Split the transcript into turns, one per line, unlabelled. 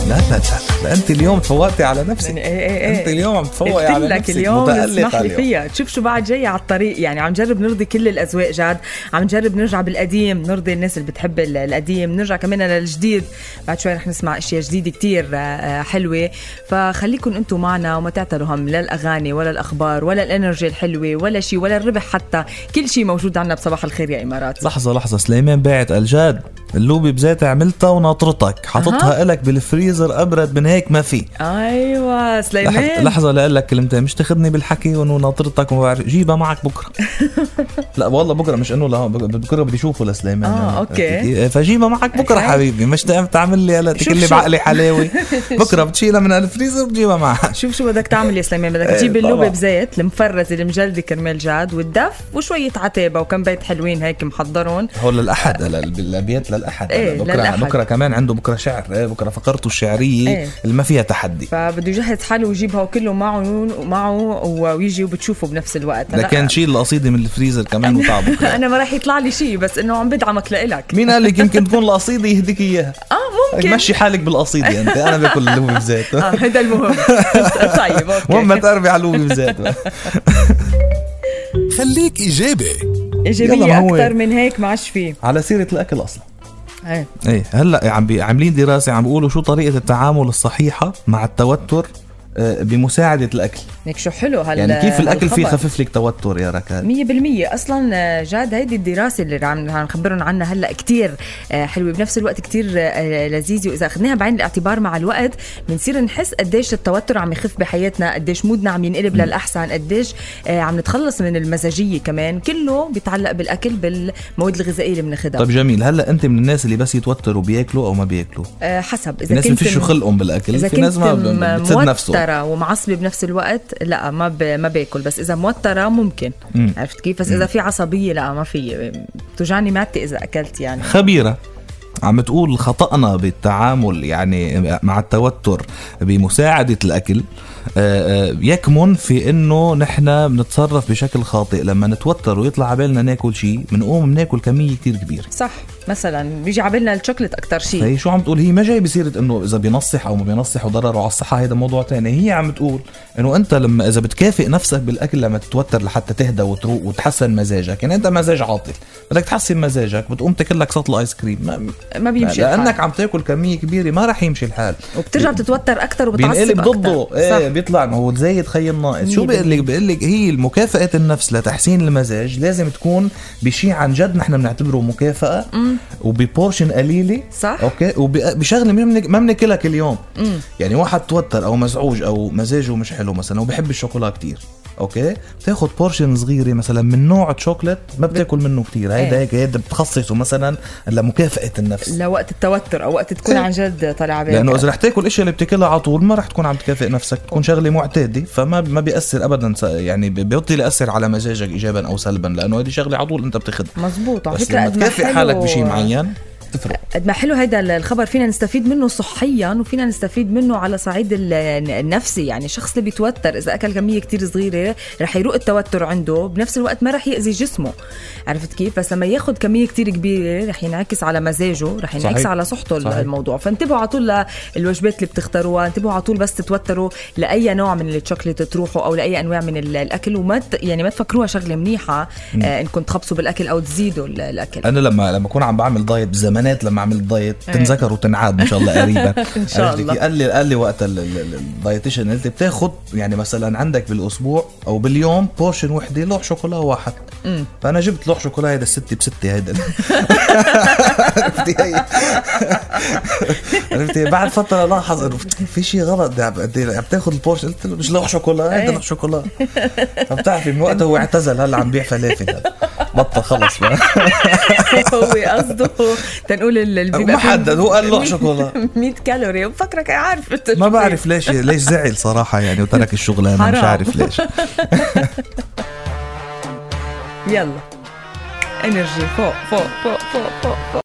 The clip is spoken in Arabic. لا لا لا, لا انت اليوم فوقتي على نفسك
يعني ايه ايه ايه
انت اليوم عم تفوقي
قلت
على
لك
نفسك
اليوم
متألقة
اسمح لي
اليوم.
فيها تشوف شو بعد جاي على الطريق يعني عم نجرب نرضي كل الاذواق جاد عم نجرب نرجع بالقديم نرضي الناس اللي بتحب ال- القديم نرجع كمان للجديد بعد شوي رح نسمع اشياء جديده كتير آه، آه، حلوه فخليكم انتم معنا وما تعتروا هم لا الاغاني ولا الاخبار ولا الانرجي الحلوه ولا شيء ولا الربح حتى كل شيء موجود عنا بصباح الخير يا امارات
لحظة لحظة سليمان باعت الجاد اللوبي بزيت عملتها وناطرتك حطتها لك بالفريزر ابرد من هيك ما في
ايوه
لحظة
سليمان
لحظة لاقول لك كلمتين مش تاخذني بالحكي وانه ناطرتك وما بعرف جيبها معك بكره لا والله بكره مش انه لا بك- بكره بدي اشوفه لسليمان يعني إيه،
آه، أوكي.
فجيبها معك بكره
أوكي.
حبيبي مش تقام تعمل لي هلا
شوف
تكلي
شو-
بعقلي حلاوي بكره بتشيلها من الفريزر بتجيبها معك
شوف شو بدك تعمل يا سليمان بدك
إيه،
تجيب
طبعا.
اللوبة بزيت المفرزة المجلدة كرمال جاد والدف وشوية عتابة وكم بيت حلوين هيك محضرون
هو للاحد هلا ال- الابيات للاحد
إيه،
هلا بكره
للأحد.
بكره كمان عنده بكره شعر إيه، بكره فقرته الشعريه
إيه.
اللي ما فيها تحدي
فبده يجهز حاله ويجيبها وكله معه ومعه و- ويجي وبتشوفه بنفس الوقت أنا-
لكن شيل القصيده من الفريزر كمان وطع بكره
انا ما راح يطلع لي شيء بس انه عم بدعمك لإلك
مين قال لك يمكن تكون القصيده يهديك اياها
اه ممكن
مشي حالك بالقصيده انت انا باكل اللوبي بزيت
اه هذا المهم طيب اوكي
المهم ما تقربي على اللوبي بزيت
خليك إيجابي
يلا
ايجابية
ما هو-
اكثر من هيك ما عادش فيه
على سيره الاكل اصلا
إيه.
ايه هلا عم بي- عاملين دراسه عم بيقولوا شو طريقه التعامل الصحيحه مع التوتر آه، بمساعده الاكل
ليك شو حلو هلا
يعني كيف الاكل فيه خفف لك توتر يا ركال
مية بالمية أصلا جاد هيدي الدراسة اللي عم عم نخبرهم عنها هلأ كتير آه، حلوة بنفس الوقت كتير آه، لذيذة وإذا أخذناها بعين الاعتبار مع الوقت بنصير نحس قديش التوتر عم يخف بحياتنا قديش مودنا عم ينقلب للأحسن قديش آه، عم نتخلص من المزاجية كمان كله بيتعلق بالأكل بالمواد الغذائية اللي بناخدها
طيب جميل هلا انت من الناس اللي بس يتوتروا بياكلوا او ما بياكلوا
آه، حسب إذا
الناس
كنت
بفشوا خلقهم بالاكل
اذا
في
كنت
ناس ما ب- بتسد نفسه
موتره ومعصبه بنفس الوقت لا ما ب... ما باكل بس اذا موتره ممكن
مم.
عرفت كيف بس اذا في عصبيه لا ما في بتوجعني معدتي اذا اكلت يعني
خبيره عم تقول خطأنا بالتعامل يعني مع التوتر بمساعدة الأكل آه، آه، يكمن في إنه نحن بنتصرف بشكل خاطئ لما نتوتر ويطلع عبالنا ناكل شيء بنقوم بناكل كمية كتير كبيرة
صح مثلا بيجي على بالنا الشوكليت اكثر شيء
هي شو عم تقول هي ما جاي بسيرة انه اذا بينصح او ما بينصح وضرره على الصحه هذا موضوع تاني هي عم تقول انه انت لما اذا بتكافئ نفسك بالاكل لما تتوتر لحتى تهدى وتروق وتحسن مزاجك يعني انت مزاج عاطل بدك تحسن مزاجك بتقوم تاكل لك سطل ايس كريم ما
ما بيمشي
لانك
لانك
عم تاكل كميه كبيره ما راح يمشي الحال
وبترجع بتتوتر اكثر وبتعصب
بينقلب
اكثر
ضده ايه بيطلع ما هو زايد خيل ناقص شو
مية
بقول لك
بالمية.
بقول لك هي مكافاه النفس لتحسين المزاج لازم تكون بشيء عن جد نحن بنعتبره مكافاه وببورشن قليله
صح.
اوكي وبشغله ما بنك- ما بناكلها كل يوم يعني واحد توتر او مزعوج او مزاجه مش حلو مثلا وبحب الشوكولا كتير اوكي بتاخذ بورشن صغيره مثلا من نوع شوكليت ما بتاكل منه كتير هيدا
إيه.
هيك هيدا بتخصصه مثلا لمكافاه النفس
لوقت التوتر او وقت تكون
إيه.
عن جد طالع على بالك
لانه اذا رح تاكل اشياء اللي بتاكلها على طول ما رح تكون عم تكافئ نفسك تكون شغله معتاده فما ما بياثر ابدا س- يعني بي- بيبطل ياثر على مزاجك ايجابا او سلبا لانه هذه شغله على طول انت بتاخذها
مزبوط على
بس
فكره
لما
قد ما
تكافئ حالك
حلو-
بشيء معين تفرق
قد ما حلو هيدا الخبر فينا نستفيد منه صحيا وفينا نستفيد منه على صعيد ال- النفسي يعني الشخص اللي بيتوتر اذا اكل كميه كتير صغيره رح يروق التوتر عنده بنفس الوقت ما رح ياذي جسمه عرفت كيف بس لما ياخد كميه كتير كبيره رح ينعكس على مزاجه رح ينعكس
صحيح.
على صحته
صحيح.
صحيح. الموضوع فانتبهوا على طول للوجبات اللي بتختاروها انتبهوا على طول بس تتوتروا لاي نوع من الشوكليت تروحوا او لاي انواع من ال- الاكل وما ت... يعني ما تفكروها شغله منيحه آه انكم تخبصوا بالاكل او تزيدوا ال- الاكل
انا لما لما اكون عم بعمل دايت بزمانات لما عملت دايت
إيه.
تنذكر وتنعاد ان شاء الله قريبا
إن شاء
عرفت
الله.
كيف؟ قال لي قال لي وقت الدايتيشن قلت بتاخذ يعني مثلا عندك بالاسبوع او باليوم بورشن وحده لوح شوكولا واحد
مم.
فانا جبت لوح شوكولا هيدا الستة بستة هيدا عرفتي هي عرفتي بعد فترة لاحظ انه في شيء غلط ده عم- قد إيه عم تاخذ البورشن قلت له مش لوح شوكولا هيدا
إيه.
لوح شوكولا فبتعرفي من وقتها هو اعتزل هلا عم بيع فلافل هلا. بطل خلص بقى
هو قصده تنقول اللي
ما حدد هو قال له شوكولا
100 كالوري وفكرك عارف أنت شو
ما بعرف ليش ليش زعل صراحه يعني وترك الشغلانه مش
حرام.
عارف ليش
فيه. يلا انرجي فوق فوق فوق فوق فوق